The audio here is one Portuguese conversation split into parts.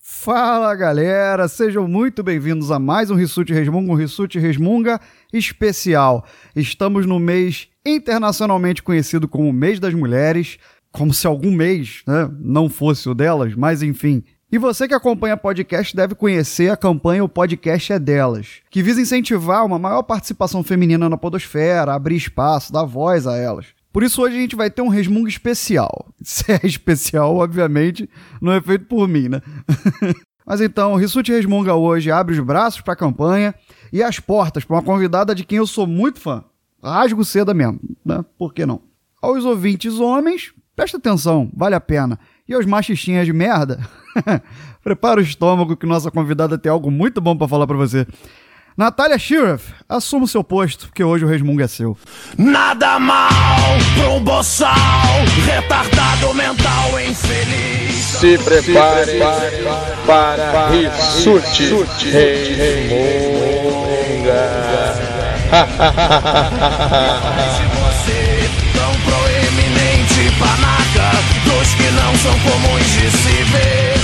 Fala galera, sejam muito bem-vindos a mais um Rissuti Resmunga, um Rissuti Resmunga especial. Estamos no mês internacionalmente conhecido como o Mês das Mulheres, como se algum mês né, não fosse o delas, mas enfim. E você que acompanha podcast deve conhecer a campanha O Podcast é Delas, que visa incentivar uma maior participação feminina na podosfera, abrir espaço, dar voz a elas. Por isso hoje a gente vai ter um resmungo especial. Se é especial, obviamente, não é feito por mim, né? Mas então, o Rissuti Resmunga hoje abre os braços para a campanha e as portas para uma convidada de quem eu sou muito fã. Rasgo seda mesmo, né? Por que não? Aos ouvintes homens, presta atenção, vale a pena. E aos machistinhas de merda, prepara o estômago que nossa convidada tem algo muito bom para falar para você. Natália Sheriff, assuma o seu posto, porque hoje o resmungo é seu. Nada mal pra um boçal, retardado mental infeliz. Se prepare para Rissuti Reimonga. Mas e você, tão proeminente panaca, dos que não são comuns de se ver,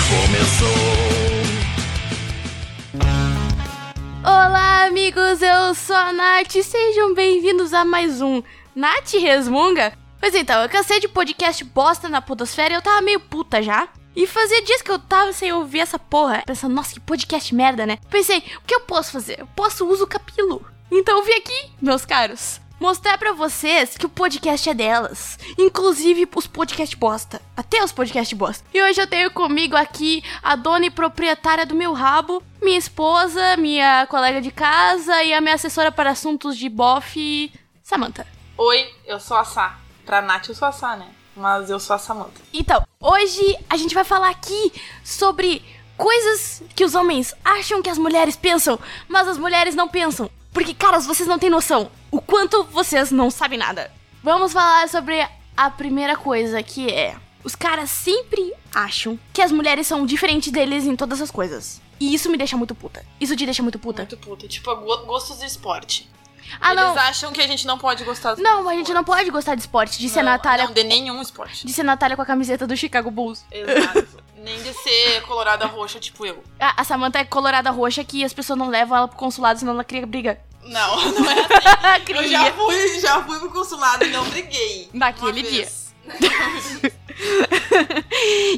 começou. Olá, amigos, eu sou a Nath e sejam bem-vindos a mais um Nath Resmunga. Pois então, eu cansei de podcast bosta na podosfera e eu tava meio puta já. E fazia dias que eu tava sem ouvir essa porra, pensando, nossa, que podcast merda, né? Pensei, o que eu posso fazer? Eu posso usar o capilo. Então eu vim aqui, meus caros, mostrar pra vocês que o podcast é delas. Inclusive os podcast bosta. Até os podcast bosta. E hoje eu tenho comigo aqui a dona e proprietária do meu rabo, minha esposa, minha colega de casa e a minha assessora para assuntos de bofe, Samantha. Oi, eu sou a Sá. Pra Nath eu sou a Sá, né? Mas eu sou a Samanta. Então, hoje a gente vai falar aqui sobre coisas que os homens acham que as mulheres pensam, mas as mulheres não pensam. Porque, caras, vocês não têm noção o quanto vocês não sabem nada. Vamos falar sobre a primeira coisa que é: os caras sempre acham que as mulheres são diferentes deles em todas as coisas. E isso me deixa muito puta. Isso te deixa muito puta. Muito puta. Tipo, go- gostos de esporte. Ah, Eles não. acham que a gente não pode gostar dos Não, a gente não pode gostar de esporte, disse a Natália. Não, de nenhum esporte. Disse a Natália com a camiseta do Chicago Bulls. Exato. Nem de ser colorada roxa, tipo eu. A, a Samantha é colorada roxa que as pessoas não levam ela pro consulado, senão ela cria briga. Não, não é assim. cria. Eu já fui, já fui pro consulado e não briguei. Naquele dia. Uma vez.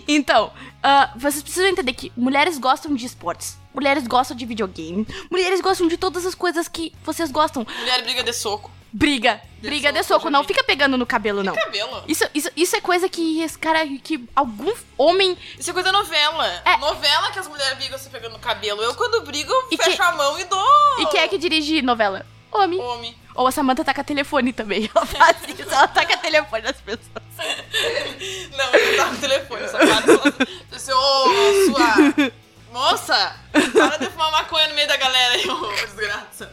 então, ah, vocês precisam entender que mulheres gostam de esportes. Mulheres gostam de videogame. Mulheres gostam de todas as coisas que vocês gostam. Mulher briga de soco. Briga. De briga de soco, soco. Não de- fica pegando no cabelo, não. Cabelo. Isso, isso, isso é coisa que esse cara. que algum homem. Isso é coisa novela. É. Novela que as mulheres brigam se pegando no cabelo. Eu, quando brigo, eu E fecho que- a mão e dou. E quem é que dirige novela? Homem. Homem. Ou a Samantha taca telefone também. Ela faz isso, ela taca telefone nas pessoas. Não, eu tava no telefone, só para seu, ô, sua moça, para de fumar maconha no meio da galera aí, ô desgraça.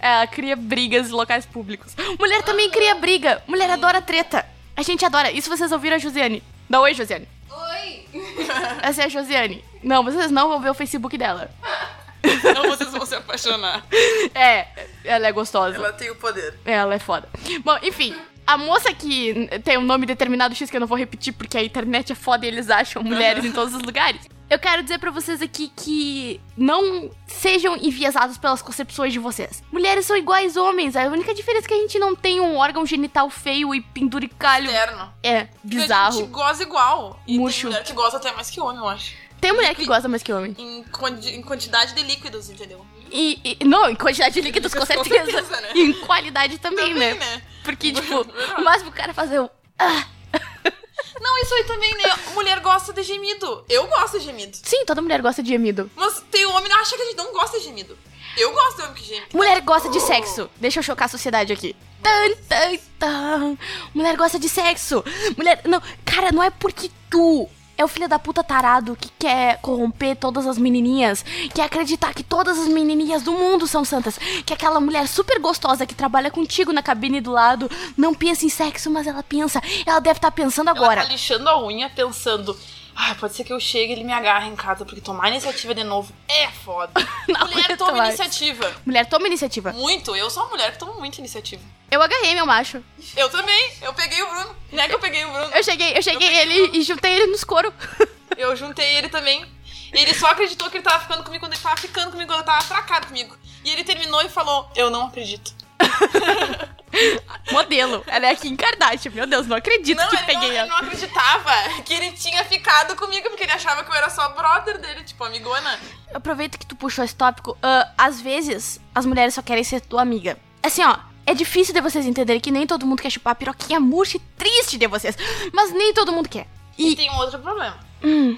É, Ela cria brigas em locais públicos. Mulher também cria briga. Mulher adora treta. A gente adora. Isso vocês ouviram a Josiane. Dá oi, Josiane. Oi. Essa é a Josiane. Não, vocês não vão ver o Facebook dela. Não vocês vão se apaixonar. É, ela é gostosa. Ela, Ela tem o poder. é foda. Bom, enfim. A moça que tem um nome determinado X que eu não vou repetir porque a internet é foda e eles acham mulheres em todos os lugares. Eu quero dizer pra vocês aqui que não sejam enviesados pelas concepções de vocês. Mulheres são iguais homens, a única diferença é que a gente não tem um órgão genital feio e penduricalho. Interno. É, Porque A gente bizarro. goza igual. E Murcho. tem mulher que goza até mais que homem, eu acho. Tem mulher que gosta mais que homem. Em, quanti- em quantidade de líquidos, entendeu? E, e- não, em quantidade de líquidos, com Com certeza. certeza, né? E em qualidade também, né? Porque, tipo, o máximo que o cara fazer um. Não, isso aí também, né? Mulher gosta de gemido. Eu gosto de gemido. Sim, toda mulher gosta de gemido. Mas tem homem que acha que a gente não gosta de gemido. Eu gosto de homem que geme. Mulher gosta de sexo. Deixa eu chocar a sociedade aqui. Tan, tan, tan. Mulher gosta de sexo. Mulher. Não, cara, não é porque tu é o filho da puta tarado que quer corromper todas as menininhas, quer acreditar que todas as menininhas do mundo são santas, que aquela mulher super gostosa que trabalha contigo na cabine do lado não pensa em sexo, mas ela pensa. Ela deve estar pensando agora. Ela tá lixando a unha, pensando. Ai, pode ser que eu chegue e ele me agarre em casa, porque tomar iniciativa de novo é foda. Não mulher aguento toma mais. iniciativa. Mulher, toma iniciativa. Muito. Eu sou uma mulher que toma muita iniciativa. Eu agarrei meu macho. Eu também. Eu peguei o Bruno. Não é que eu peguei o Bruno. Eu cheguei, eu cheguei ele e juntei ele nos coros. Eu juntei ele também. E ele só acreditou que ele tava ficando comigo quando ele tava ficando comigo, quando ele tava atracado comigo. E ele terminou e falou: Eu não acredito. Modelo. Ela é a Kim Kardashian. Meu Deus, não acredito Não, que ele, não, peguei ele ela. não acreditava que ele tinha ficado comigo, porque ele achava que eu era só brother dele, tipo, amigona. Aproveita que tu puxou esse tópico. ah, às vezes, as mulheres só querem ser tua amiga. Assim, ó. É difícil de vocês entenderem que nem todo mundo quer chupar a piroquinha murcha e triste de vocês. Mas nem todo mundo quer. E, E Hum. tem um outro problema.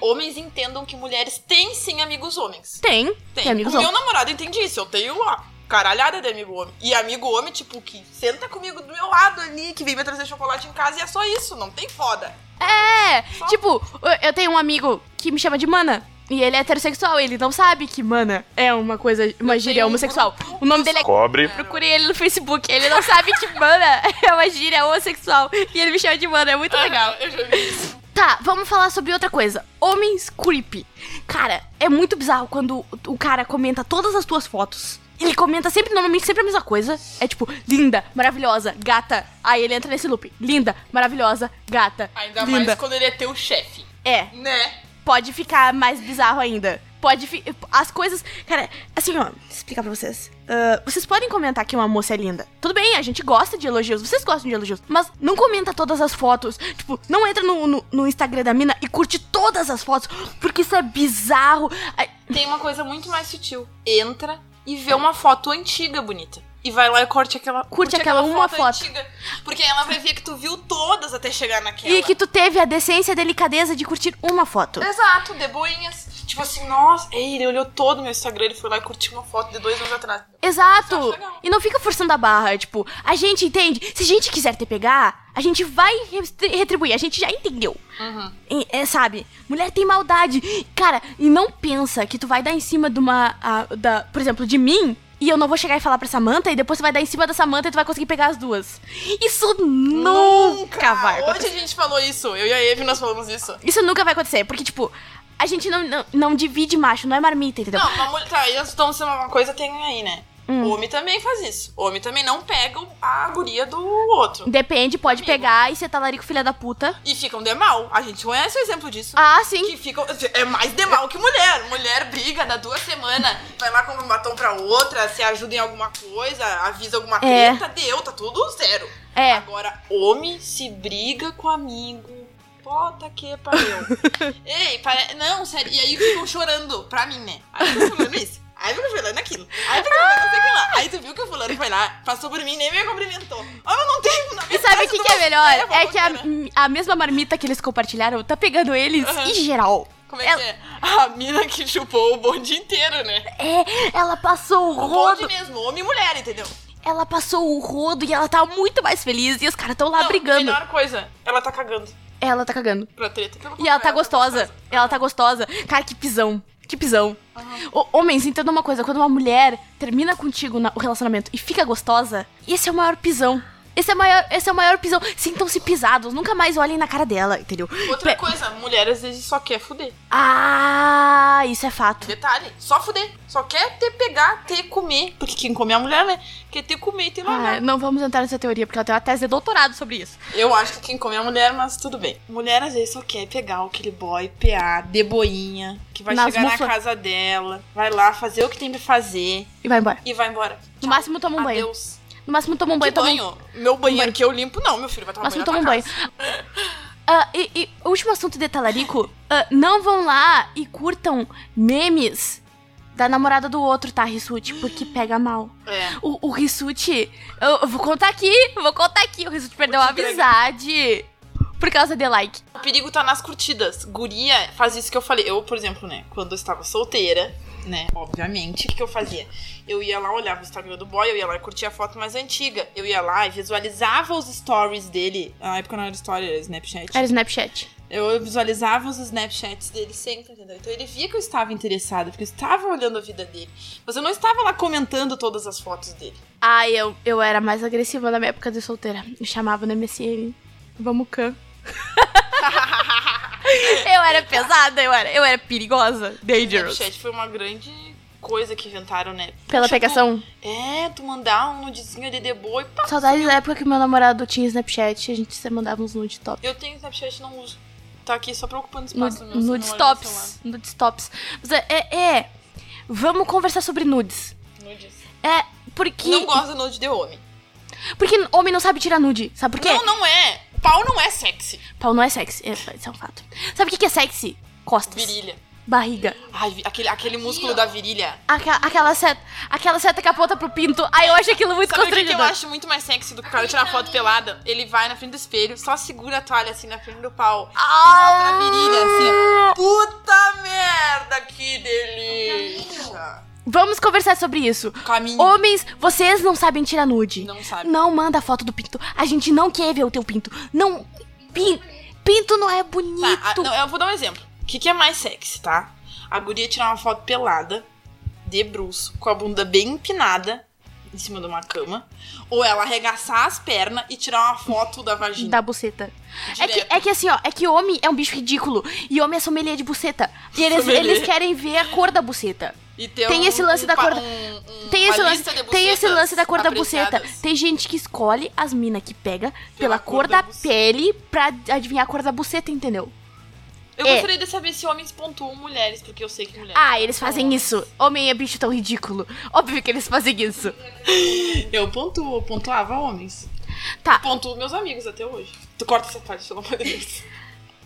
Homens entendam que mulheres têm sim amigos homens. tem. Tem, Tem. amigos o homens. meu namorado entende isso. Eu tenho uma caralhada de amigo homem. E amigo homem, tipo, que senta comigo do meu lado ali, que vem me trazer chocolate em casa e é só isso. Não tem foda. É, tipo, eu tenho um amigo que me chama de mana. E ele é heterossexual, ele não sabe que mana é uma coisa, uma gíria tenho homossexual. um grupo. O nome dele é. Cobre. Procurei ele no Facebook, ele não sabe que mana é uma gíria homossexual. E ele me chama de mana, é muito legal. Eu já vi isso. Tá, vamos falar sobre outra coisa. Homens creepy. Cara, é muito bizarro quando o- o cara comenta todas as tuas fotos. Ele comenta sempre, normalmente, sempre a mesma coisa. É tipo, linda, maravilhosa, gata. Aí ele entra nesse loop. Linda, maravilhosa, gata. Ainda linda. mais quando ele é teu chefe. É, Né? pode ficar mais bizarro ainda. Pode fi... As coisas. Cara, assim, ó, deixa eu explicar pra vocês. Ah, vocês podem comentar que uma moça é linda. Tudo bem, a gente gosta de elogios, vocês gostam de elogios. Mas não comenta todas as fotos. Tipo, não entra no, no, no Instagram da mina e curte todas as fotos. Porque isso é bizarro. Ai, Tem uma coisa muito mais sutil. Entra e vê uma foto antiga bonita. E vai lá e curte aquela. Curte aquela uma foto. antiga. Porque ela vai ver que tu viu todas até chegar naquela. E que tu teve a decência e a delicadeza de curtir uma foto. Exato, de boinhas. Tipo assim, nossa, ei, ele olhou todo o meu Instagram, ele foi lá e curtiu uma foto de dois anos atrás. Isso eu Exato! acho legal. E não fica forçando a barra, tipo, a gente entende. Se a gente quiser te pegar, a gente vai re- retribuir, a gente já entendeu. Uhum. E- é, sabe? Mulher tem maldade. Cara, e não pensa que tu vai dar em cima de uma. a- da, por exemplo, de mim. E eu não vou chegar e falar pra Samanta, e depois tu vai dar em cima da Samanta e tu vai conseguir pegar as duas. Isso nunca vai acontecer. Hoje a gente falou isso, eu e a Eve nós falamos isso. Isso nunca vai acontecer, porque, tipo, a gente não, não, não divide macho, não é marmita, entendeu? Não, uma mulher. Tá, então se é uma coisa tem aí, né? Hum. Homem também faz isso. Homem também não pega a guria do outro. Depende, pode pegar e ser talarico filha da puta. E ficam de mal. A gente conhece o exemplo disso. Ah, sim. Que ficam. É mais de mal que mulher. Mulher briga, dá duas semanas, vai lá com um batom pra outra, se ajuda em alguma coisa, avisa alguma É. treta, deu, tá tudo zero. É. Agora, homem se briga com amigo. Bota que pariu. Ei, pare... não, sério. E aí ficam chorando pra mim, né? Aí ficam falando isso. Aí fica falando aquilo. Aí fica falando aquilo lá. Aí tu viu que o fulano foi lá, passou por mim, nem me cumprimentou. Ah, eu não tenho. na E verdade, sabe o que, eu que é não- melhor? Eu vou É que a, procurar. a mesma marmita que eles compartilharam tá pegando eles Aham. em geral. Como é que é? A mina que chupou o bonde inteiro, né? É, ela passou o O Um bonde rodo. mesmo, homem e mulher, entendeu? Ela passou o rodo e ela tá muito mais feliz. E os caras tão lá Não, Tá brigando. Melhor coisa, ela tá cagando Ela tá cagando. pra treta. Pelo E ela contrário, tá gostosa. Ela tá gostosa. Cara, que pisão. Que pisão. Ô, homens, entenda uma coisa. Quando uma mulher termina contigo na- o relacionamento e fica gostosa, esse é o maior pisão. Esse é o maior, esse é o maior pisão. Sintam-se pisados. Nunca mais olhem na cara dela, entendeu? Outra Pe- coisa, mulher às vezes só quer fuder. Ah, isso é fato. Detalhe, só fuder. Só quer ter, pegar, ter, comer. Porque quem come é a mulher, né? Quer ter, comer e ter Ah, largar. não vamos entrar nessa teoria, porque ela tem uma tese de doutorado sobre isso. Eu acho que quem come é a mulher, mas tudo bem. Mulher às vezes só quer pegar aquele boy, PA, de boinha, que vai Nas chegar mufas. na casa dela, vai lá fazer o que tem pra fazer E vai embora. e vai embora. No máximo toma um banho. Adeus. No máximo toma um banho. Que toma um- banho? Meu banheiro banho. que eu limpo, não, meu filho. Vai No tomar máximo banho. toma um na tua banho. Ah, e, e o último assunto de talarico. ah, não vão lá e curtam memes da namorada do outro, tá, Rissuti? Porque pega mal. casa. É. O, o Rissuti... Eu, eu vou contar aqui, eu vou contar aqui. O Rissuti perdeu a te entregar. amizade por causa de like. O perigo tá nas curtidas. Guria faz isso que eu falei. Eu, por exemplo, né, quando eu estava solteira, né, obviamente, o que, que eu fazia? Eu ia lá, olhava o Instagram do boy, eu ia lá e curtia a foto mais antiga. Eu ia lá e visualizava os stories dele. Na época não era story, era Snapchat. Era o Snapchat. Eu visualizava os Snapchats dele sempre, entendeu? Então ele via que eu estava interessada, porque eu estava olhando a vida dele. Mas eu não estava lá comentando todas as fotos dele. Ai, eu, eu era mais agressiva na minha época de solteira. Me chamava no MSN. Vamos, Cam. eu era pesada, eu era, eu era perigosa. Dangerous. Snapchat foi uma grande coisa que inventaram, né? Pela Poxa, tu- pegação. É, tu mandar um nudezinho ali de boa e pá, Saudades da época que meu namorado tinha Snapchat e a gente se mandava uns nude top. Eu tenho Snapchat e não uso. Tá aqui só preocupando Nude- espaço meu. você não olha Nudes no celular. tops. Nudes tops. Mas é, é- é. Vamos conversar sobre nudes. Nudes. É, porque. Não gosta de nude de homem. Porque homem não sabe tirar nude. Sabe por quê? Não, não é. Pau não é sexy. Pau não é sexy. É, isso é um fato. Sabe o que que é sexy? Costas. Virilha. Barriga. Ai, vi- aquele, aquele músculo da virilha. Aquela, aquela seta. Aquela seta que aponta pro pinto. Ai, eu acho aquilo muito Sabe o que que, eu constrangedor. acho muito mais sexy do que o cara tirar foto pelada? Ele vai na frente do espelho, só segura a toalha assim na frente do pau. Ah! Mostra a virilha assim. ó. Puta merda, que delícia. Vamos conversar sobre isso. Caminho. Homens, vocês não sabem tirar nude. Não sabe. Não manda foto do pinto. A gente não quer ver o teu pinto. Não. Pin- Pinto não é Tá, bonito. a- não, eu vou dar um exemplo. O que, que é mais sexy, tá? A guria tirar uma foto pelada, de bruxo, com a bunda bem empinada, em cima de uma cama. Ou ela arregaçar as pernas e tirar uma foto da vagina. Da buceta. É Direto. que, é que assim, ó, é que homem é um bicho ridículo. E homem é sommelier de buceta. E eles, Sommelier. eles querem ver a cor da buceta. E ter Tem um- esse lance um da pa- cor da- um- um- Tem esse, uma lance, lista de tem esse bucetas lance da cor da buceta. apreciadas. Tem gente que escolhe as minas que pega pela, cor, da, buceta. pele pra adivinhar a cor da buceta, entendeu? Eu É. gostaria de saber se homens pontuam mulheres, porque eu sei que mulheres. Ah, eles fazem pontuam. isso. Homem é bicho tão ridículo. Óbvio que eles fazem isso. Eu pontuo, eu pontuava homens. Tá. Pontuo meus amigos até hoje. Tu corta essa parte, pelo amor de Deus.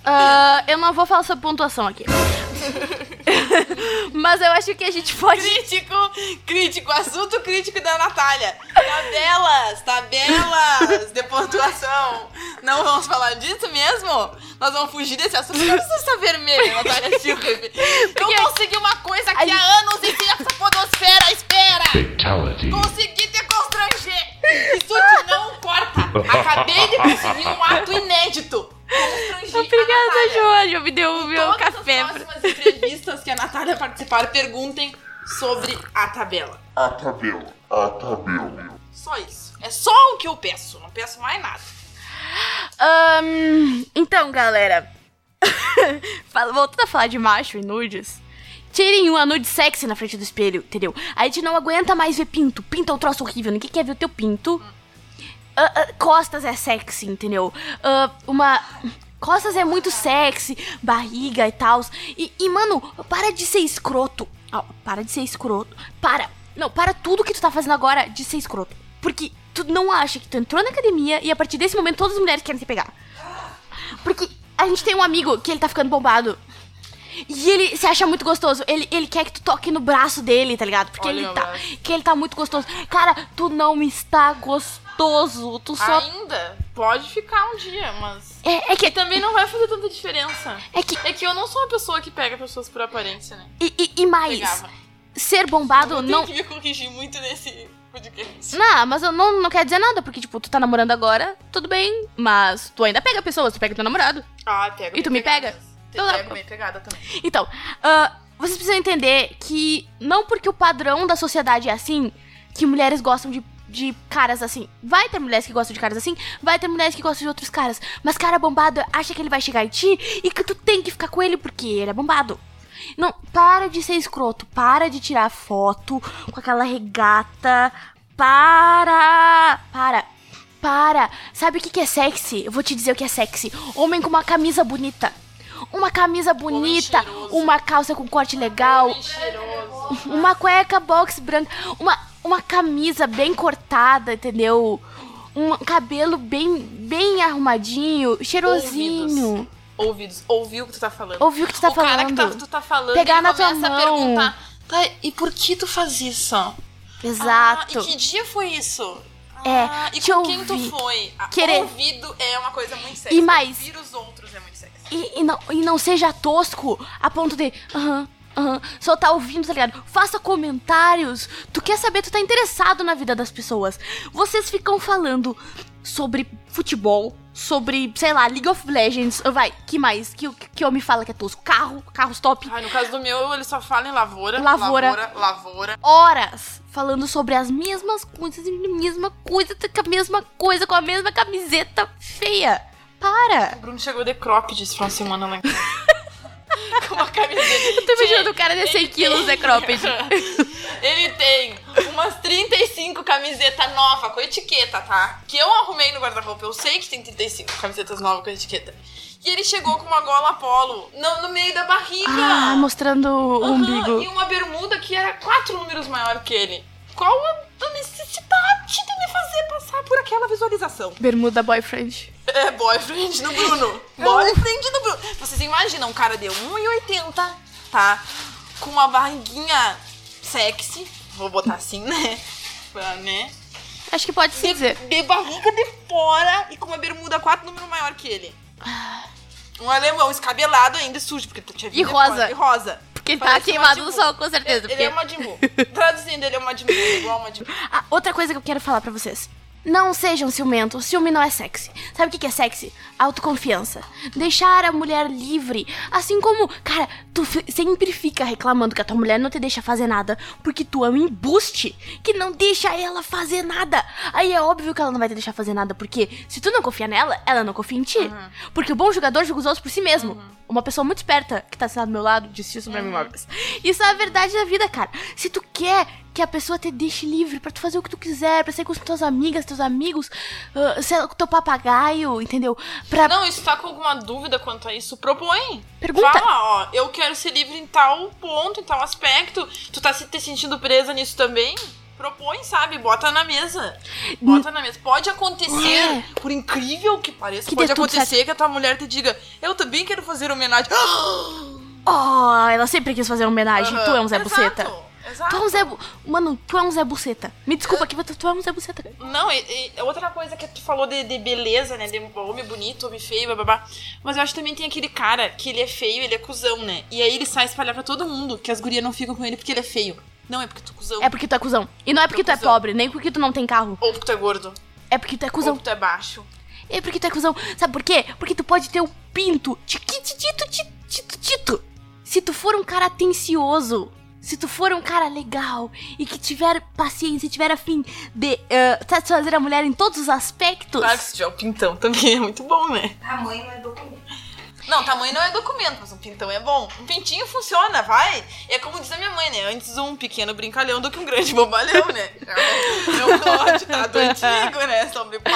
Ah, eu não vou falar sobre pontuação aqui. Mas eu acho que a gente pode. Crítico, crítico, assunto crítico da Natália. Tabelas, tabelas de pontuação. Não vamos falar disso mesmo? Nós vamos fugir desse assunto. Por que você está vermelha, Natália Silva? Eu consegui uma coisa que gente- há anos e que essa podosfera espera. Consegui te constranger. Isso te não corta. Acabei de conseguir um ato inédito. Constrangir a Obrigada, Natália. Joana. Me deu o meu Todas um café. as próximas entrevistas que a Natália participar, perguntem sobre a tabela. A tabela. A tabela. Só isso. É só o que eu peço. Não peço mais nada. Ahn, então, galera. Fala- Voltando a falar de macho e nudes. Tirem uma nude sexy na frente do espelho, entendeu? A gente não aguenta mais ver pinto. Pinto é um troço horrível. Ninguém quer ver o teu pinto. Ah, ah, costas é sexy, entendeu? Ah, uma. Costas é muito sexy, barriga e tal. E, e, mano, para de ser escroto. Ó, para de ser escroto. Para. Não, para tudo que tu tá fazendo agora de ser escroto. Porque tu não acha que tu entrou na academia e a partir desse momento todas as mulheres querem te pegar. Porque a gente tem um amigo que ele tá ficando bombado. E ele se acha muito gostoso. Ele, ele quer que tu toque no braço dele, tá ligado? Porque Olha ele meu tá. braço. Que ele tá muito gostoso. Cara, tu não está gostoso. Tu só. Ainda pode ficar um dia, mas. É, é que. E também não vai fazer tanta diferença. É que. É que eu não sou uma pessoa que pega pessoas por aparência, né? E, e- e mais. Pegava. Ser bombado Eu É não. tenho que me corrigir muito nesse podcast. Não, mas eu não, não quero dizer nada, porque, tipo, tu tá namorando agora, tudo bem, mas tu ainda pega pessoas, tu pega teu namorado. Ah, pega. E tu me pega? Então Eu dá- pego bem pegada também. Então, ah, vocês precisam entender que não porque o padrão da sociedade é assim, que mulheres gostam de, de caras assim. Vai ter mulheres que gostam de caras assim, vai ter mulheres que gostam de outros caras. Mas cara bombado acha que ele vai chegar em ti e que tu tem que ficar com ele porque ele é bombado. Não, para de ser escroto, para de tirar foto com aquela regata. Para! Para! Para! Sabe o que, que é sexy? Eu vou te dizer o que é sexy. Homem com uma camisa bonita. Uma camisa bonita, cheiroso. uma calça com corte legal, Cheiroso. uma cueca box branca, uma, uma camisa bem cortada, entendeu? Um cabelo bem, bem arrumadinho, cheirosinho. Ouvidos. Ouviu o que tu tá falando. Ouviu o que tu tá o cara que falando. tá, tu tá falando Pegar ele na tua começa a mão. perguntar. Tá, e por que tu faz isso? Exato. Ah, e que dia foi isso? É, Ah, e te com quem ouvi. tu foi? Ah, Querer. Ouvido é uma coisa muito sexy. E mais- Ouvir os outros é muito sexy. E, e não, e não seja tosco a ponto de. Aham. aham, só tá ouvindo, tá ligado? Faça comentários. Tu quer saber, tu tá interessado na vida das pessoas. Vocês ficam falando sobre futebol, sobre, sei lá, League of Legends. ah, Vai, que mais? Que, que homem fala que é tosco? Carro, carros top. Ai, Ah, no caso do meu, ele só fala em lavoura. Lavoura. Lavoura. lavoura. Horas falando sobre as mesmas coisas, e a mesma coisa, tá com a mesma coisa, com a mesma camiseta feia. Para! O Bruno chegou de cropped esse final de semana lá em casa. com uma camiseta. Eu tô imaginando o cara de 100 quilos, é cropped. Ele tem umas 35 camisetas camiseta nova com etiqueta, tá? Que eu arrumei no guarda-roupa. Eu sei que tem 35 camisetas novas com etiqueta. E ele chegou com uma gola polo no, no meio da barriga. Ah, mostrando o Aham, umbigo. E uma bermuda que era quatro números maior que ele. Qual a necessidade de me fazer passar por aquela visualização? Bermuda boyfriend. É boyfriend do Bruno. Boyfriend do Bruno. Vocês imaginam um cara de 1,80, tá? Com uma barriguinha sexy. Vou botar assim, né? Pra, né? Acho que pode se dizer. De barriga de fora e com uma bermuda quatro números maior que ele. Um alemão escabelado ainda e sujo, porque tu tinha vindo de rosa. fora, E rosa. Porque ele tá Parece queimado uma no Dibu. sol, com certeza. Ele porque- é uma Dimu. Traduzindo, ele é uma Dimu, igual uma Dimu. Ah, outra coisa que eu quero falar pra vocês. Não sejam ciumentos, ciúme não é sexy. Sabe o que que é sexy? Autoconfiança. Deixar a mulher livre. Assim como, cara, tu fi- sempre fica reclamando que a tua mulher não te deixa fazer nada porque tu é um embuste que não deixa ela fazer nada. Aí é óbvio que ela não vai te deixar fazer nada porque se tu não confia nela, ela não confia em ti. Porque o bom jogador joga os outros por si mesmo. Uma pessoa muito esperta que tá sentada do meu lado disse isso pra mim uma vez. Isso é a verdade da vida, cara. Se tu quer que a pessoa te deixe livre pra tu fazer o que tu quiser, pra sair com as tuas amigas, teus amigos, ah, sei lá, com teu papagaio, entendeu? Pra. Não, isso tá com alguma dúvida quanto a isso? Propõe. Pergunta. Fala, ó, eu quero ser livre em tal ponto, em tal aspecto. Tu tá se te sentindo presa nisso também? Propõe, sabe? Bota na mesa. Bota na mesa. Pode acontecer, É. por incrível que pareça, Que dê pode tudo acontecer que a tua mulher te diga: Eu também quero fazer homenagem. Oh, ela sempre quis fazer uma homenagem. Tu é um Zé Exato, Buceta. Exato. Tu é um Zé. Bu- Mano, tu é um Zé Buceta. Me desculpa aqui, mas tu- tu é um Zé Buceta, cara. Não, e, e outra coisa que tu falou de, de beleza, né? De homem bonito, homem feio, bababá. Mas eu acho que também tem aquele cara que ele é feio, ele é cuzão, né? E aí ele sai espalhar pra todo mundo que as gurias não ficam com ele porque ele é feio. Não, é porque tu é cuzão. É porque tu é cuzão. E não é porque tu é Cuzão. pobre, nem porque tu não tem carro. Ou porque tu é gordo. É porque tu é Ou cuzão. porque tu é baixo. É porque tu é cuzão. Sabe por quê? Porque tu pode ter um pinto tiquititito, titito, tito. Se tu for um cara atencioso, se tu for um cara legal e que tiver paciência, e tiver afim de eh, satisfazer a mulher em todos os aspectos. Claro que se tiver o pintão também é muito bom, né? Tamanho não é documento. Não, tamanho não é documento, mas um pintão é bom. Um pintinho funciona, vai. É como diz a minha mãe, né? Antes um pequeno brincalhão do que um grande bobalhão, né? É um código, tá? Do antigo, né? Sobre pau.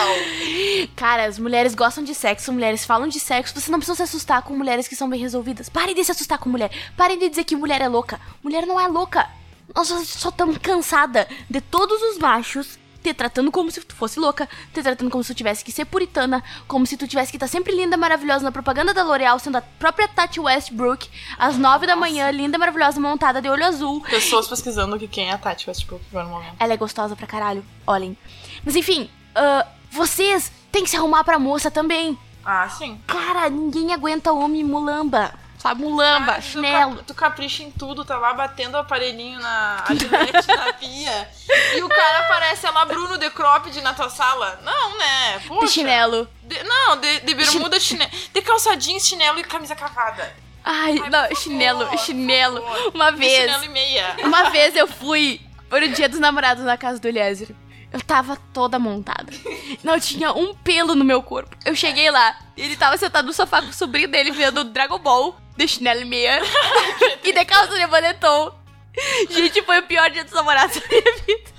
Cara, as mulheres gostam de sexo, mulheres falam de sexo. Você não precisa se assustar com mulheres que são bem resolvidas. Parem de se assustar com mulher. Parem de dizer que mulher é louca. Mulher não é louca. Nós só- só estamos cansada de todos os machos te tratando como se tu fosse louca, te tratando como se tu tivesse que ser puritana, como se tu tivesse que estar sempre linda, maravilhosa na propaganda da L'Oreal, sendo a própria Tati Westbrook, às nove da manhã, linda, maravilhosa, montada de olho azul. Pessoas pesquisando que quem é a Tati Westbrook no momento. Ela é gostosa pra caralho, olhem. Mas enfim, ah, vocês têm que se arrumar pra moça também. Ah, sim. Cara, ninguém aguenta homem mulamba. Sabe, mulamba, Tu, chinelo. cap- tu capricha em tudo, tá lá batendo o aparelhinho na a Juliette na pia. E o cara aparece é lá, Bruno de cropped na tua sala. Não, né? Poxa. De chinelo. De- não, de, de bermuda, chinelo. De calça jeans, chinelo e camisa cavada. Ai, não, Ai, por favor, chinelo, por chinelo. favor. Uma De vez, Chinelo e meia. uma vez eu fui por um dia dos namorados na casa do Eliezer. Eu tava toda montada. Não tinha um pelo no meu corpo. Eu cheguei lá, ele tava sentado no sofá com o sobrinho dele vendo Dragon Ball, de chinelo e meia, e de calça de boletom. Gente, foi o pior dia dos namorados da minha vida.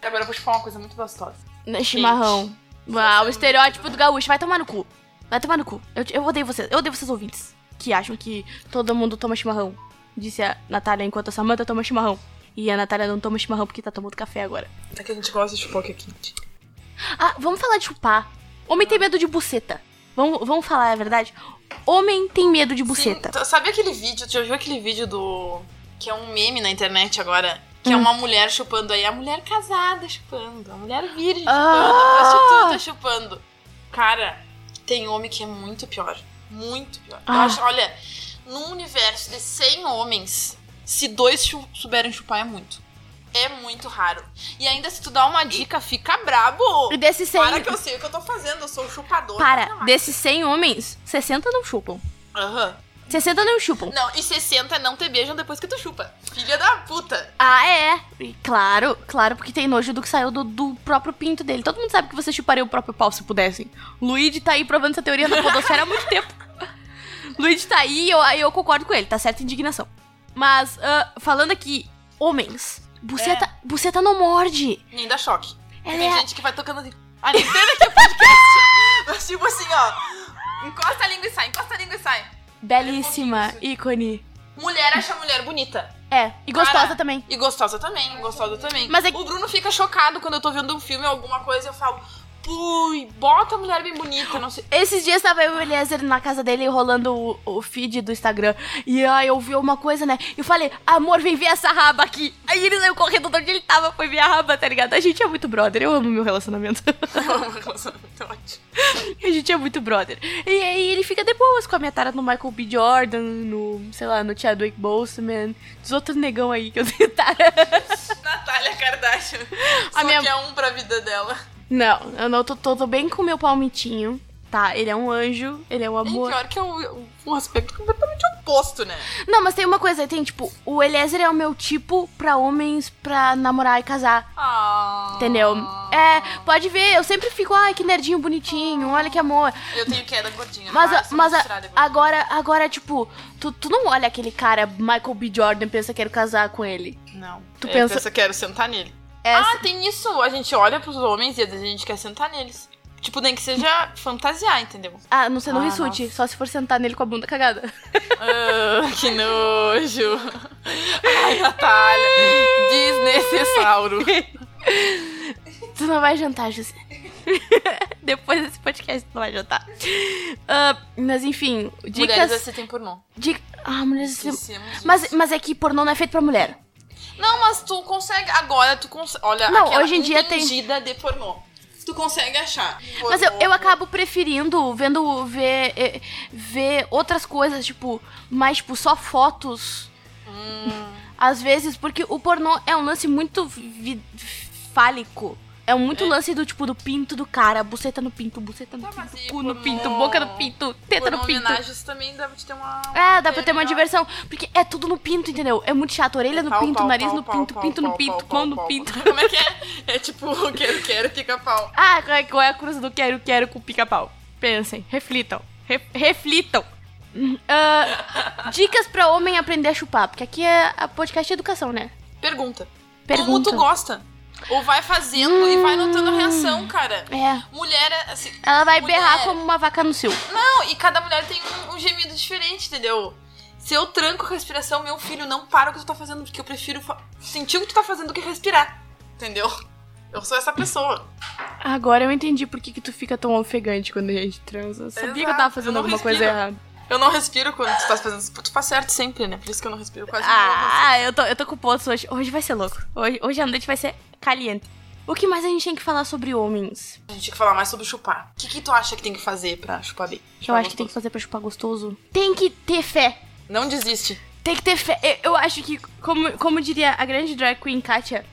Agora eu vou te falar uma coisa muito gostosa. Né, Chimarrão. Ah, o estereótipo do gaúcho. Vai tomar no cu. Vai tomar no cu. Eu, eu odeio vocês. Eu odeio vocês ouvintes que acham que todo mundo toma chimarrão. Disse a Natália enquanto a Samanta toma chimarrão. E a Natália não toma chimarrão porque tá tomando café agora. É que a gente gosta de foca quente. Ah, vamos falar de chupar. Homem tem medo de buceta. Vamos, vamos falar a verdade? Homem tem medo de buceta. Sim, tu- sabe aquele vídeo? Tu já viu aquele vídeo do. que é um meme na internet agora? Que Hum. é uma mulher chupando aí, a mulher casada chupando, a mulher virgem Ah! chupando, a prostituta chupando. Cara, tem homem que é muito pior. Muito pior. Eu Ah. acho, olha, num universo de 100 homens, se dois chu- souberem chupar é muito. É muito raro. E ainda se tu dá uma dica, fica brabo. E desses 100... então, Para que eu sei o que eu tô fazendo, eu sou chupador. Para, desses 100 homens, 60 não chupam. Aham. 60 não chupam. Não, e 60 não te beijam depois que tu chupa. Filha da puta. Ah, é. Claro, claro, porque tem nojo do que saiu do, do próprio pinto dele. Todo mundo sabe que você chuparia o próprio pau se pudessem. Luigi tá aí provando essa teoria na podosfera há muito tempo. Luigi tá aí e eu, aí eu concordo com ele, tá certa a indignação. É. Mas, ah, falando aqui, homens, buceta, buceta não morde. Nem dá choque. Ela tem é a- gente que vai tocando assim. A Nintendo que é podcast. Mas tipo assim, ó. Encosta a língua e sai, encosta a língua e sai. belíssima, ícone. Mulher acha mulher bonita. É, e gostosa Cara, também. E gostosa também, gostosa também. Mas é que- O Bruno fica chocado quando eu tô vendo um filme ou alguma coisa eu falo, pui, bota a mulher bem bonita, não sei. Esses dias tava eu e o Eliezer na casa dele rolando o, o feed do Instagram. E aí eu vi uma coisa, né? Eu falei, amor, vem ver essa raba aqui. Aí ele saiu correndo de onde ele tava, foi ver a raba, tá ligado? A gente é muito brother, eu amo meu relacionamento. tá a gente é muito brother. E aí ele fica de boas com a minha tara no Michael B. Jordan, no, sei lá, no Chadwick Boseman, dos outros negão aí que eu tenho tara. Natália Kardashian. A minha- é um pra vida dela. Não, eu não tô, tô, tô bem com o meu palmitinho. Tá, ele é um anjo, ele é um E amor. pior que é um, um aspecto completamente oposto, né? Não, mas tem uma coisa, tem tipo, o Eliezer é o meu tipo pra homens pra namorar e casar, Ah. entendeu? É, pode ver, eu sempre fico, ai, que nerdinho bonitinho, olha que amor. Eu tenho queda gordinha. Mas, tá? a- Eu sou mas a- misturada, gordinha. agora, agora, tipo, tu, tu não olha aquele cara, Michael B. Jordan, e pensa quero casar com ele. Não. Tu pensa- Tu É, pensa... pensa, quero sentar nele. Essa- Ah, tem isso. A gente olha pros homens e a gente quer sentar neles. Tipo, nem que seja fantasiar, entendeu? Ah, não sei no Ah, Rissuti, só se for sentar nele com a bunda cagada. Ah, que nojo. Ai, Natália. Desnecessauro. Tu não vai jantar, José. Depois desse podcast, tu não vai jantar. Ah, mas enfim, Mulheres dicas. assistem pornô. Di... Ah, mulheres. Esquecemos Mas, disso. mas é que pornô não é feito pra mulher. Não, mas tu consegue... Agora tu consegue... Olha, Não, aquela hoje em dia tem- entendida de pornô. Tu consegue achar. Mas eu, Pornô. eu acabo preferindo vendo ver, eh, ver outras coisas, tipo, mais tipo, só fotos. Hum. Às vezes, porque o pornô é um lance muito vi- fálico. É muito lance do tipo do pinto do cara, buceta no pinto, buceta no Tá, mas pinto, e cu no pornô- pinto, boca no pinto, teta Pornô no pinto. homenagens também dá pra te ter uma... É, dá pra ter uma diversão. diversão. Porque é tudo no pinto, entendeu? É muito chato. Orelha no Pau, pinto, pau, nariz pau, no pau, pinto, pau, pinto pau, no pinto, pau, mão no pau, pinto. pau. Como é que é? É tipo, quero, quero, pica-pau. Ah, qual é, qual é a cruz do quero, quero com pica-pau? Pensem, reflitam, re- reflitam. Ah, dicas pra homem aprender a chupar, porque aqui é a podcast de educação, né? Pergunta. Como Pergunta. Hum. tu gosta? Ou vai fazendo e vai notando a reação, cara. É. Mulher, é, assim... Ela vai mulher- berrar como uma vaca no cio. Não, e cada mulher tem um, um gemido diferente, entendeu? Se eu tranco a respiração, meu filho, não para o que tu tá fazendo, porque eu prefiro fa- sentir o que tu tá fazendo do que respirar. Entendeu? Eu sou essa pessoa. Agora eu entendi por que, que tu fica tão ofegante quando a gente transa. Eu Sabia que eu Exato, tava eu fazendo não alguma coisa respiro. errada. Eu não respiro quando tu tá fazendo. Tu faz certo sempre, né? Por isso que eu não respiro quase nada. Ah, eu tô, eu tô com pontos hoje. Hoje vai ser louco. Hoje, hoje a noite vai ser caliente. O que mais a gente tem que falar sobre homens? A gente tinha que falar mais sobre chupar. O que, que tu acha que tem que fazer pra chupar bem? Que eu acho que tem que fazer pra chupar gostoso? Tem que ter fé. Não desiste. Tem que ter fé. Eu, eu acho que, como, como diria a grande drag queen Katia,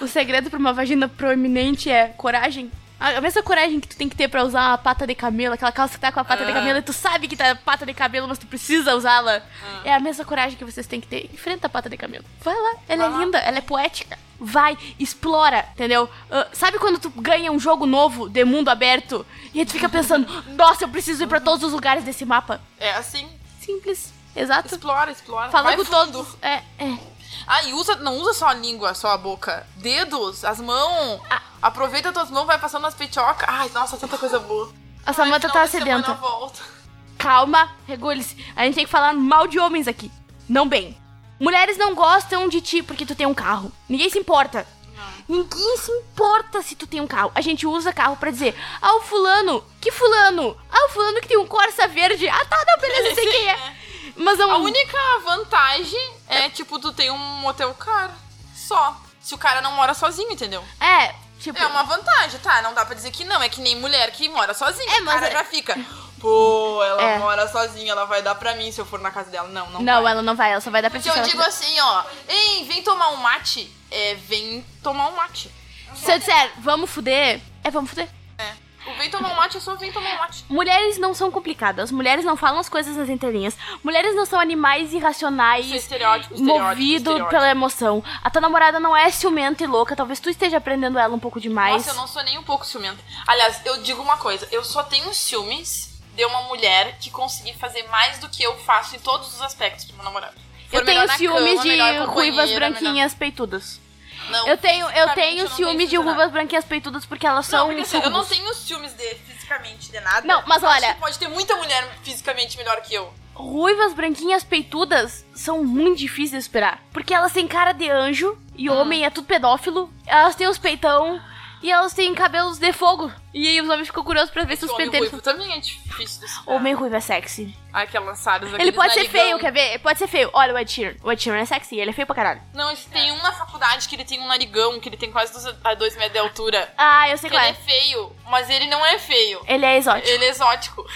o segredo pra uma vagina proeminente é coragem. A a mesma coragem que tu tem que ter pra usar uma pata de camelo, aquela calça que tá com a pata de camelo, e tu sabe que tá pata de camelo, mas tu precisa usá-la. É a mesma coragem que vocês têm que ter. Enfrenta a pata de camelo. Vai lá, ela é linda, ela é poética. Vai, explora, entendeu? Ah, sabe quando tu ganha um jogo novo de mundo aberto e aí tu fica pensando, nossa, eu preciso ir pra todos os lugares desse mapa? É assim. Simples, exato. Explora, explora. Fala Vai com fundo. todos. É, é. Ah, e usa, não usa só a língua, só a boca. Dedos, as mãos. Ah. Aproveita tuas mãos, vai passando as petiocas. Ai, nossa, tanta coisa boa. A Ai, Samanta final tá de semana sedenta. eu volto. Calma, regule-se. A gente tem que falar mal de homens aqui. Não bem. Mulheres não gostam de ti porque tu tem um carro. Ninguém se importa. Ninguém se importa se tu tem um carro. A gente usa carro pra dizer, ah, o fulano, que fulano? Ah, o fulano que tem um Corsa verde. Ah, tá, não, beleza, sei quem é. Mas é um... A única vantagem é, tipo, tu tem um motel caro. Só. Se o cara não mora sozinho, entendeu? É, tipo... É uma vantagem, tá? Não dá pra dizer que não. É que nem mulher que mora sozinha. É, É, mas mas. é- Ela já fica. Pô, ela É. mora sozinha, ela vai dar pra mim se eu for na casa dela. Não, não. Não, é vai. ela não vai, ela só vai dar pra Porque eu digo assim, ó. Ei, vem tomar um mate. É, vem tomar um mate. Se eu disser, vamos fuder, é vamos fuder. O vem tomar um mate é só vem tomar um mate. Mulheres não são complicadas, mulheres não falam as coisas nas entrelinhas, mulheres não são animais irracionais. Isso é estereótipo, estereótipo. movido estereótipo. pela emoção. A tua namorada não é ciumenta e louca, talvez tu esteja aprendendo ela um pouco demais. Nossa, eu não sou nem um pouco ciumenta. Aliás, eu digo uma coisa, eu só tenho ciúmes de uma mulher que conseguir fazer mais do que eu faço em todos os aspectos pro meu namorado. Eu For tenho melhor na ciúmes cama, melhor de ruivas companheira, branquinhas peitudas. melhor- Não, Eu tenho, eu fisicamente tenho eu não ciúmes de tenho nada. ruivas branquias peitudas porque elas Não, são porque assim, eu não sucubos. tenho ciúmes de fisicamente de nada. Não, mas Eu acho olha- que pode ter muita mulher fisicamente melhor que eu. Ruivas branquinhas peitudas são muito difíceis de esperar. Porque elas têm cara de anjo e homem é tudo pedófilo. Elas têm os peitão e elas têm cabelos de fogo. E aí os homens ficam curiosos pra ver se os Porque o homem penteiros. ruivo também é difícil de esperar. Homem ruivo é sexy. Aquelas saras, Ele aqueles pode ser narigão. feio, quer ver? Ele pode ser feio. Olha o Ed Sheeran. O Ed Sheeran é sexy, ele é feio pra caralho. Não, esse tem um na faculdade que ele tem um narigão, que ele tem quase dois, a dois metros de altura. Ah, eu sei Que qual ele é é. feio, mas ele não é feio. Ele é exótico. Ele é exótico.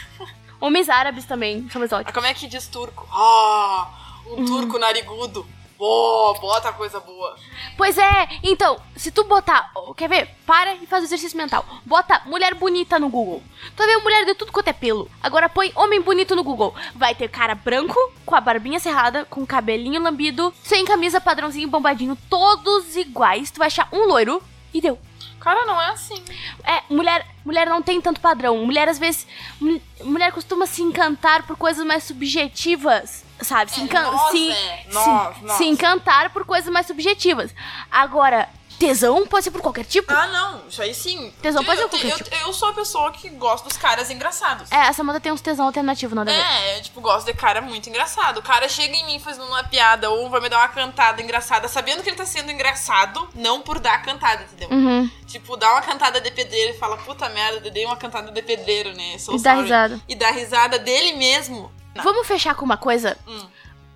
Homens árabes também são Ah, exóticos. Como é que diz turco? Ah, Uhum. um turco narigudo. Boa, bota coisa boa. Pois é, então, se tu botar. ó, Quer ver? Para e faz o exercício mental. Bota mulher bonita no Google. Tu vai ver mulher de tudo quanto é pelo. Agora põe homem bonito no Google. Vai ter cara branco, com a barbinha cerrada, com cabelinho lambido, sem camisa, padrãozinho, bombadinho, todos iguais. Tu vai achar um loiro e deu. Cara, não é assim. É, mulher, mulher não tem tanto padrão. Mulher, às vezes. mu- mulher costuma se encantar por coisas mais subjetivas, sabe? Se, É, encan nós, se, é. se- Nós, nós. se encantar por coisas mais subjetivas. Agora, tesão pode ser por qualquer tipo. Ah, não, isso aí sim. Tesão pode ser eu, qualquer eu, tipo. eu sou a pessoa que gosta dos caras engraçados. É, essa moda tem uns tesão alternativo, nada a ver. É, eu, tipo, gosto de cara muito engraçado. O cara chega em mim fazendo uma piada ou vai me dar uma cantada engraçada, sabendo que ele tá sendo engraçado, não por dar a cantada, entendeu? Uhum. Tipo, dá uma cantada de pedreiro e fala, puta merda, eu dei uma cantada de pedreiro, né? So E dá sorry." risada. E dá risada dele mesmo. Não. Vamos fechar com uma coisa? Tá. Hum.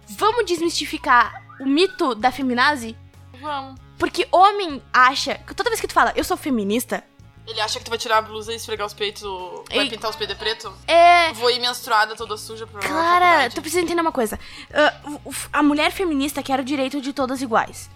Vamos desmistificar o mito da feminazi? Vamos. Porque homem acha que toda vez que tu fala, eu sou feminista, Ele acha que tu vai tirar a blusa e esfregar os peitos, vai Ei. pintar os peitos de preto? é. Vou ir menstruada toda suja pra Clara, faculdade. tu precisa entender uma coisa. Ah, o- o- a mulher feminista quer o direito de todas iguais.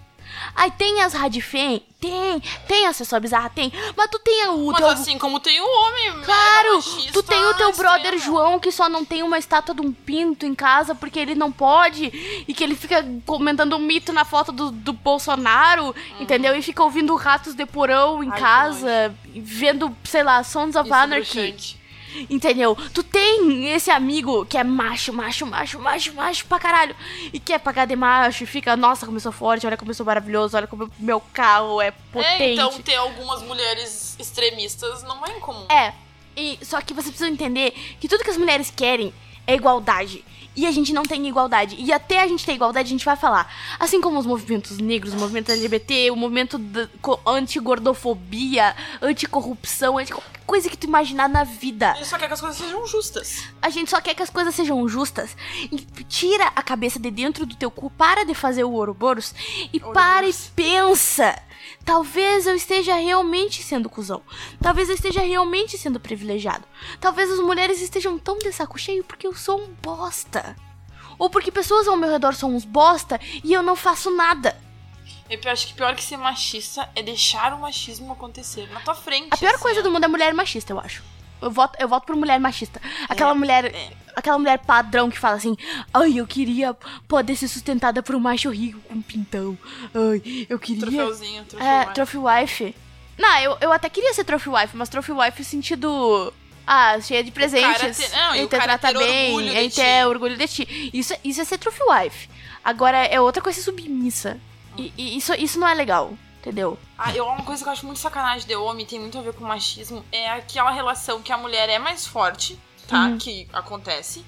Aí tem as radifem? Tem. Tem acessório bizarra? Tem. Mas tu tem o Mas teu... assim como tem o homem, Claro! né, machista, tu tem o teu brother extremo. João que só não tem uma estátua de um pinto em casa porque ele não pode e que ele fica comentando um mito na foto do, do Bolsonaro, entendeu? E fica ouvindo ratos de porão em Hum. Ai, que casa, e vendo, sei lá, Sons of Isso, é Anarchy. bruxante. Entendeu? Tu tem esse amigo que é macho, macho, macho, macho, macho pra caralho. E é quer pagar de macho e fica, nossa, como eu sou forte, olha como eu sou maravilhoso, olha como meu carro é potente. É, então ter algumas mulheres extremistas não é incomum. É, e só que você precisa entender que tudo que as mulheres querem é igualdade. E a gente não tem igualdade. E até a gente ter igualdade, a gente vai falar. Assim como os movimentos negros, o movimento LGBT, o movimento da- co- anti-gordofobia, anticorrupção, anti qualquer coisa que tu imaginar na vida. Ele só quer que as coisas sejam justas. A gente só quer que as coisas sejam justas. E tira a cabeça de dentro do teu cu, para de fazer o Ouroboros e para e pensa. Talvez eu esteja realmente sendo cuzão. Talvez eu esteja realmente sendo privilegiado. Talvez as mulheres estejam tão de saco cheio porque eu sou um bosta. Ou porque pessoas ao meu redor são uns bosta e eu não faço nada. Eu acho que pior que ser machista é deixar o machismo acontecer na tua frente. A pior assim, coisa ó. do mundo é mulher machista, eu acho. Eu voto, eu voto por mulher machista. É. Aquela mulher. Aquela mulher padrão que fala assim: Ai, eu queria poder ser sustentada por um macho rico com pintão. Ai, eu queria. Um Troféuzinho, troféu. é, mais. trophy wife. Não, eu, eu até queria ser trophy wife, mas trophy wife no sentido. Ah, cheia de presentes. ter- não, e ele o te cara trata ter bem, orgulho de ele ti. ter orgulho de ti. Isso, isso é ser trophy wife. Agora é outra coisa submissa. E, e isso, isso não é legal, entendeu? Ah, eu, uma coisa que eu acho muito sacanagem de homem, tem muito a ver com machismo, é aquela relação que a mulher é mais forte, tá? Uhum. Que acontece.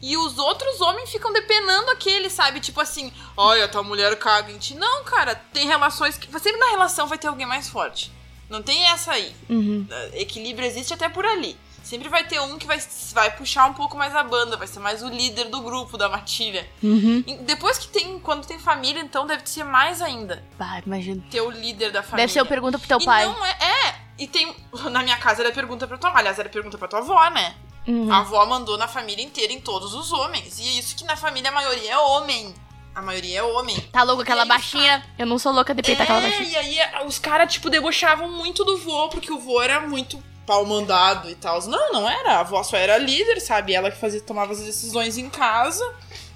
E os outros homens ficam depenando aquele, sabe? Tipo assim, olha, tua mulher caga em ti. Não, cara, tem relações que. Sempre na relação vai ter alguém mais forte. Não tem essa aí. Uhum. Eh, Equilíbrio existe até por ali. Sempre vai ter um que vai, vai puxar um pouco mais a banda, vai ser mais o líder do grupo, da matilha. Uhum. E Depois que tem, quando tem família, então deve ser mais ainda. Bah, imagina. Ter o líder da família. Deve ser o pergunta pro teu E pai. não é, é, e tem. Na minha casa era pergunta pra tua. Aliás, era pergunta pra tua avó, né? Uhum. A avó mandou na família inteira, em todos os homens. E é isso que na família a maioria é homem. A maioria é homem. Tá louco aquela E aí, baixinha? Eu não sou louca de peitar aquela É, baixinha. e aí é, os caras, tipo, debochavam muito do vô, porque o vô era muito pau mandado e tal. Não, não era. A avó só era líder, sabe? Ela que fazia, tomava as decisões em casa.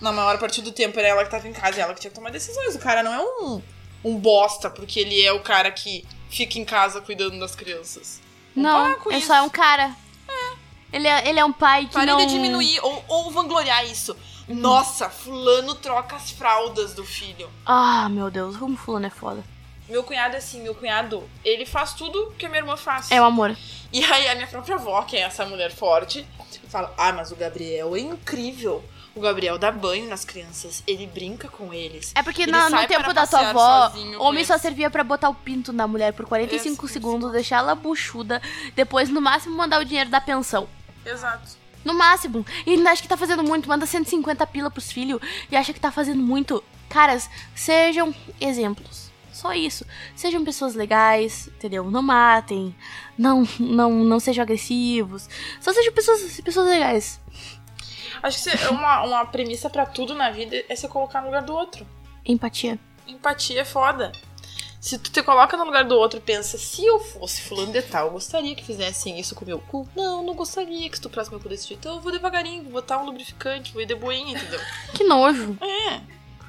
Na maior parte do tempo era ela que tava em casa e ela que tinha que tomar decisões. O cara não é um, um bosta, porque ele é o cara que fica em casa cuidando das crianças. Não, para com é isso. só um cara. Ele é, ele é um pai que Parem não... de diminuir ou, ou vangloriar isso. Nossa, fulano troca as fraldas do filho. Ah, meu Deus, como fulano é foda. Meu cunhado é assim, meu cunhado, ele faz tudo que a minha irmã faz. É o amor. E aí a minha própria avó, que é essa mulher forte, fala: Ah, mas o Gabriel é incrível. O Gabriel dá banho nas crianças, ele brinca com eles. É porque Ele na- sai no tempo para da tua passear avó, sozinho com homem eles. só servia pra botar o pinto na mulher por 45 Isso, isso. segundos, deixar ela buchuda, depois no máximo mandar o dinheiro da pensão. Exato. No máximo. E ele ainda acha que tá fazendo muito, manda 150 pila pros filhos e acha que tá fazendo muito. Caras, sejam exemplos. Só isso. Sejam pessoas legais, entendeu? Não matem. Não, não, não sejam agressivos. Só sejam pessoas, pessoas legais. Acho que cê- uma, uma premissa pra tudo na vida é se colocar no lugar do outro. Empatia. Empatia é foda. Se tu te coloca no lugar do outro e pensa, se eu fosse fulano de tal, eu gostaria que fizessem isso com o meu cu? Não, não gostaria que estuprasse meu cu desse jeito. Então eu vou devagarinho, vou botar um lubrificante, vou ir de boinha, entendeu? Que nojo. É.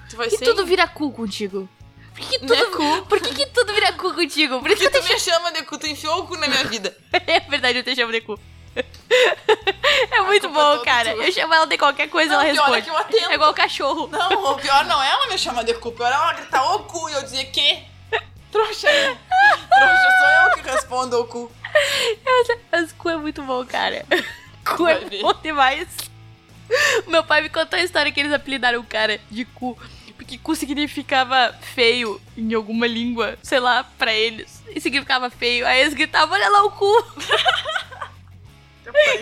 Tu vai E ser. tudo vira cu contigo. Por que, que tudo Né, cu? Por que, que tudo vira cu contigo? Por que Porque tu me chama de cu, tu enfiou o cu na minha vida. é verdade eu te chamo de cu? É muito culpa é bom, toda cara. tua. Eu chamo ela de qualquer coisa, Não, ela pior é responde. que eu atendo. É igual o cachorro. Não, o pior não é ela me chamar de cu, o pior é ela gritar ô cu e eu dizer que? Trouxa. né? Trouxa, sou eu que respondo ô cu. Mas cu é muito bom, cara. Cu Vai é ver. bom demais. Meu pai me contou a história que eles apelidaram o cara de cu. Porque cu significava feio em alguma língua, sei lá, pra eles. E significava feio. Aí eles gritavam, olha lá o cu.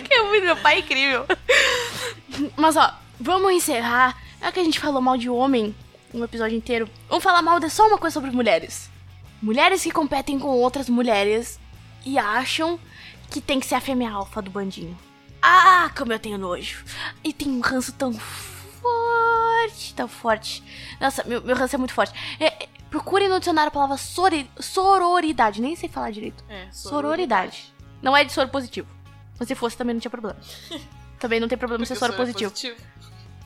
Que é muito, meu pai é incrível. Mas ó, vamos encerrar. É que a gente falou mal de homem um episódio inteiro. Vamos falar mal de só uma coisa sobre mulheres. Mulheres que competem com outras mulheres e acham que tem que ser a fêmea alfa do bandinho. Ah, como eu tenho nojo. E tem um ranço tão forte, tão forte. Nossa, meu, meu ranço é muito forte. É, é, procure no dicionário a palavra sori- sororidade. Nem sei falar direito. É, Sororidade. Não é de soro positivo. Mas se fosse, também não tinha problema. também não tem problema ser soro é positivo.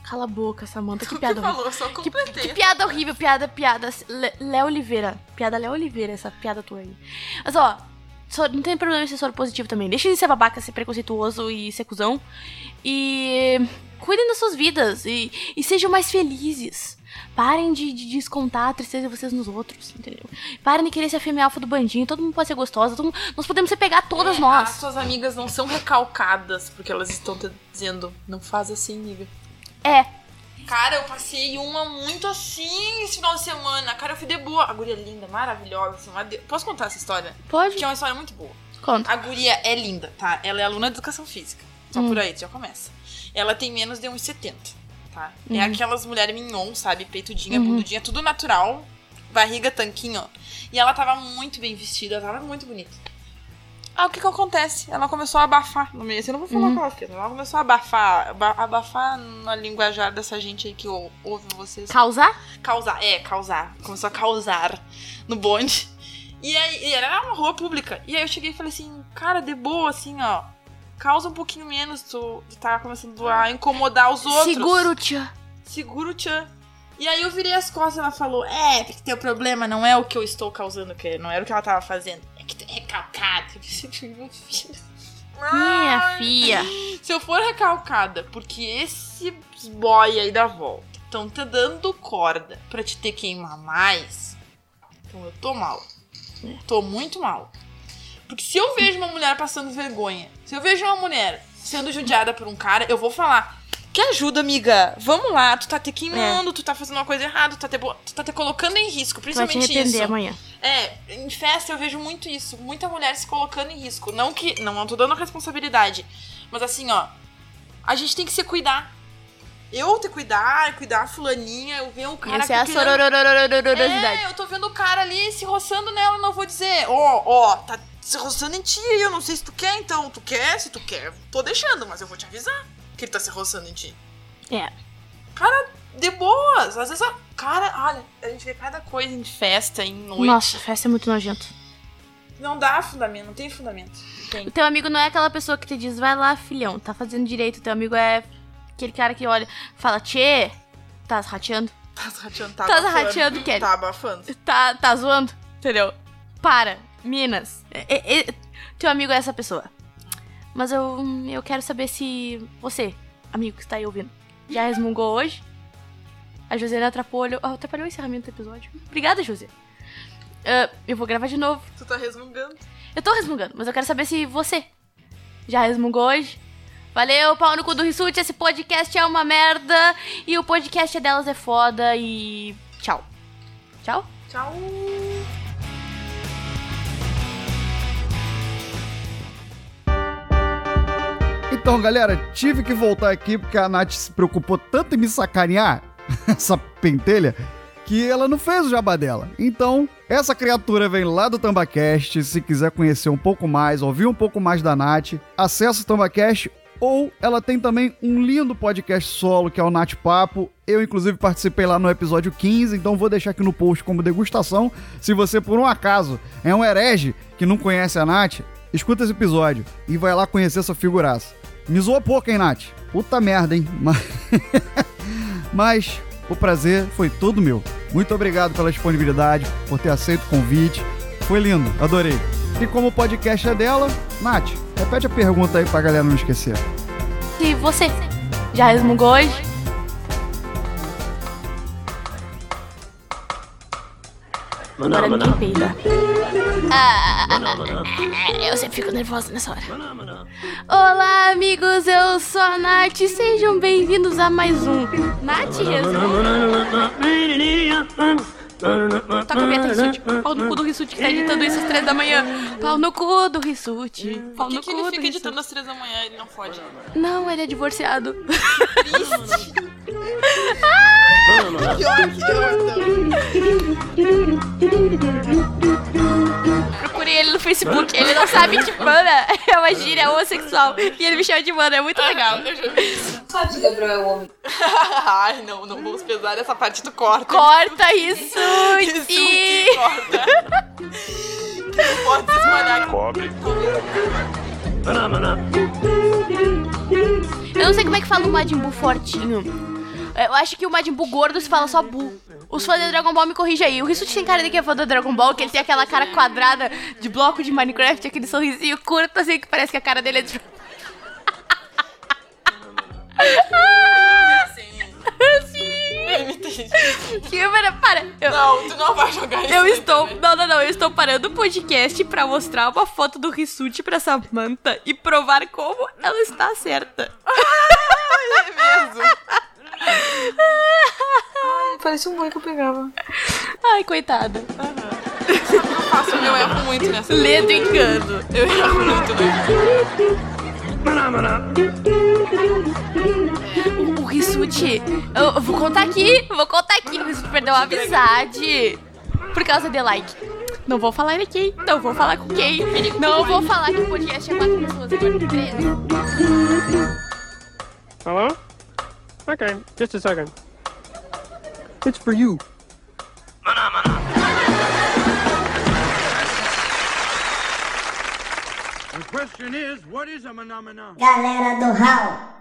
Cala a boca, Samanta. Que Tu piada que horrível. falou, só Que, completei. que piada horrível, piada, piada. Le- Léo Oliveira. Piada Léo Oliveira, essa piada tua aí. Mas ó, só- não tem problema ser soro positivo também. Deixem de ser babaca, ser preconceituoso e ser cuzão. E cuidem das suas vidas e, e sejam mais felizes. Parem de, de descontar a tristeza de vocês nos outros, entendeu? Parem de querer ser a fêmea alfa do bandinho. Todo mundo pode ser gostosa. todo mundo- nós podemos ser pegar todas É, nós. As suas amigas não são recalcadas, porque elas estão te dizendo, não faz assim, amiga. É. Cara, eu passei uma muito assim esse final de semana. Cara, eu fui de boa. A guria é linda, maravilhosa. Assim, uma de- Posso contar essa história? Pode? Porque é uma história muito boa. Conta. A guria é linda, tá? Ela é aluna de educação física. Só por aí, tu já começa. Ela tem menos de 1,70, tá? É aquelas mulheres mignon, sabe? Peitudinha, bundudinha, tudo natural. Barriga, tanquinho, ó. E ela tava muito bem vestida, ela tava muito bonita. Ah, o que que acontece? Ela começou a abafar no meio. Assim, eu não vou falar qual que é. Ela começou a abafar, aba- abafar na linguajar dessa gente aí que ou- ouve vocês Causar? causar, é, causar. Começou a causar no bonde. E aí, e era uma rua pública. E aí eu cheguei e falei assim, cara, de boa, assim, ó. Causa um pouquinho menos, tu, tu tá começando a incomodar os outros. Ah. Seguro, tia. Segura o tchan. E aí eu virei as costas e ela falou, é, porque teu problema não é o que eu estou causando, que não era o que ela tava fazendo. É que tu é recalcado. Eu disse, meu filho. Minha filha. Se eu for recalcada, porque esses boy aí da volta estão te dando corda pra te ter queimar mais, então eu tô mal. Tô muito mal. Porque se eu vejo uma mulher passando vergonha, se eu vejo uma mulher sendo judiada por um cara, eu vou falar. Que ajuda, amiga? Vamos lá, tu tá te queimando, tu tá fazendo uma coisa errada, tu tá te, bo- tu tá te colocando em risco, Tu É. vai te principalmente arrepender isso. amanhã. É, em festa eu vejo muito isso. Muita mulher se colocando em risco. Não que. Não, não tô dando responsabilidade. Mas assim, ó. A gente tem que se cuidar. Eu te cuidar, cuidar a fulaninha, eu ver o cara. Essa é a que eu queria- sororororororosidade. é, eu tô vendo o cara ali se roçando nela, não vou dizer, ó, ó, tá se roçando em ti, eu não sei se tu quer, então, tu quer, se tu quer, tô deixando, mas eu vou te avisar que ele tá se roçando em ti. É. Cara, de boas, às vezes, a... cara, olha, a gente vê cada coisa em festa, em noite. Nossa, festa é muito nojento. Não dá fundamento, não tem fundamento. O teu amigo não é aquela pessoa que te diz, vai lá, filhão, tá fazendo direito. O teu amigo é aquele cara que olha, fala, tchê, tá rateando? Tá rateando, tá Tá abafando. rateando, Kelly. Tá abafando. Tá, tá zoando? Entendeu? Para, Minas. É, é, é, teu amigo é essa pessoa. Mas eu, eu quero saber se você, amigo que está aí ouvindo, já resmungou hoje? A José atrapalhou, ah, atrapalhou o encerramento do episódio. Obrigada, José. Ah, eu vou gravar de novo. Tu tá resmungando. Eu tô resmungando, mas eu quero saber se você já resmungou hoje. Valeu, pau no cu do Rissuti. Esse podcast é uma merda. E o podcast delas é foda. E tchau. Tchau? Tchau. Então, galera, tive que voltar aqui porque a Nath se preocupou tanto em me sacanear, essa pentelha, que ela não fez o jabá dela. Então, essa criatura vem lá do Tambacast. Se quiser conhecer um pouco mais, ouvir um pouco mais da Nath, acessa o Tambacast. Ou ela tem também um lindo podcast solo que é o Nath Papo. Eu, inclusive, participei lá no episódio 15, então vou deixar aqui no post como degustação. Se você, por um acaso, é um herege que não conhece a Nath, escuta esse episódio e vai lá conhecer essa figuraça. Me zoou pouco, hein, Nath? Puta merda, hein? Mas, Mas o prazer foi todo meu. Muito obrigado pela disponibilidade, por ter aceito o convite. Foi lindo, adorei. E como o podcast é dela, Nath, repete a pergunta aí pra galera não esquecer. Se você já resmungou hoje. Agora ninguém peida. Ah, eu sempre fico nervosa nessa hora. Olá, amigos, eu sou a Nath. Sejam bem-vindos a mais um Nath Resmunga. Toca a Ah, vinheta, Rissuti. Pau no cu do Rissuti que tá editando isso às três da manhã. Pau no cu do Rissuti. Pau Por que, no cu que ele do fica Rissuti. editando às três da manhã? Ele não fode. Não, ele é divorciado. Triste. Procurei ele no Facebook. Ele não sabe que mana é uma gíria homossexual. E ele me chama de mana. É muito legal. Sabe que Gabriel é homem. Ai, não, Hum. não vamos pesar essa parte do corte. Corta Isso Rissuti. que corta. Não pode se espalhar. Cobre. Eu não sei como é que fala o Majin Buu fortinho. Eu acho que o Majin Buu gordo se fala só Bu. Os fãs de Dragon Ball me corrigem aí. O Rissuti tem cara de que é fã do Dragon Ball, que ele tem aquela cara quadrada de bloco de Minecraft, aquele sorrisinho curto assim que parece que a cara dele é de... Sim. Me entende. Câmera, para. Eu- Não, tu não vai jogar isso. é Eu na estou. internet. Não, não, não. Eu estou parando o podcast pra mostrar uma foto do Rissuti pra Samantha e provar como ela está certa. É mesmo. Ai, parecia um boi que eu pegava. Ai, coitada. Eu faço, eu erro muito nessa. Ledo engano. Eu erro muito, né? O, o Rissuti. Eu, eu vou contar aqui. Vou contar aqui. O Rissuti perdeu a amizade por causa de like. Não vou falar de quem. Não vou falar com quem. Não vou falar que o podcast é quatro pessoas. Agora tem três. Hello? Okay, just a second. Galera do Hall.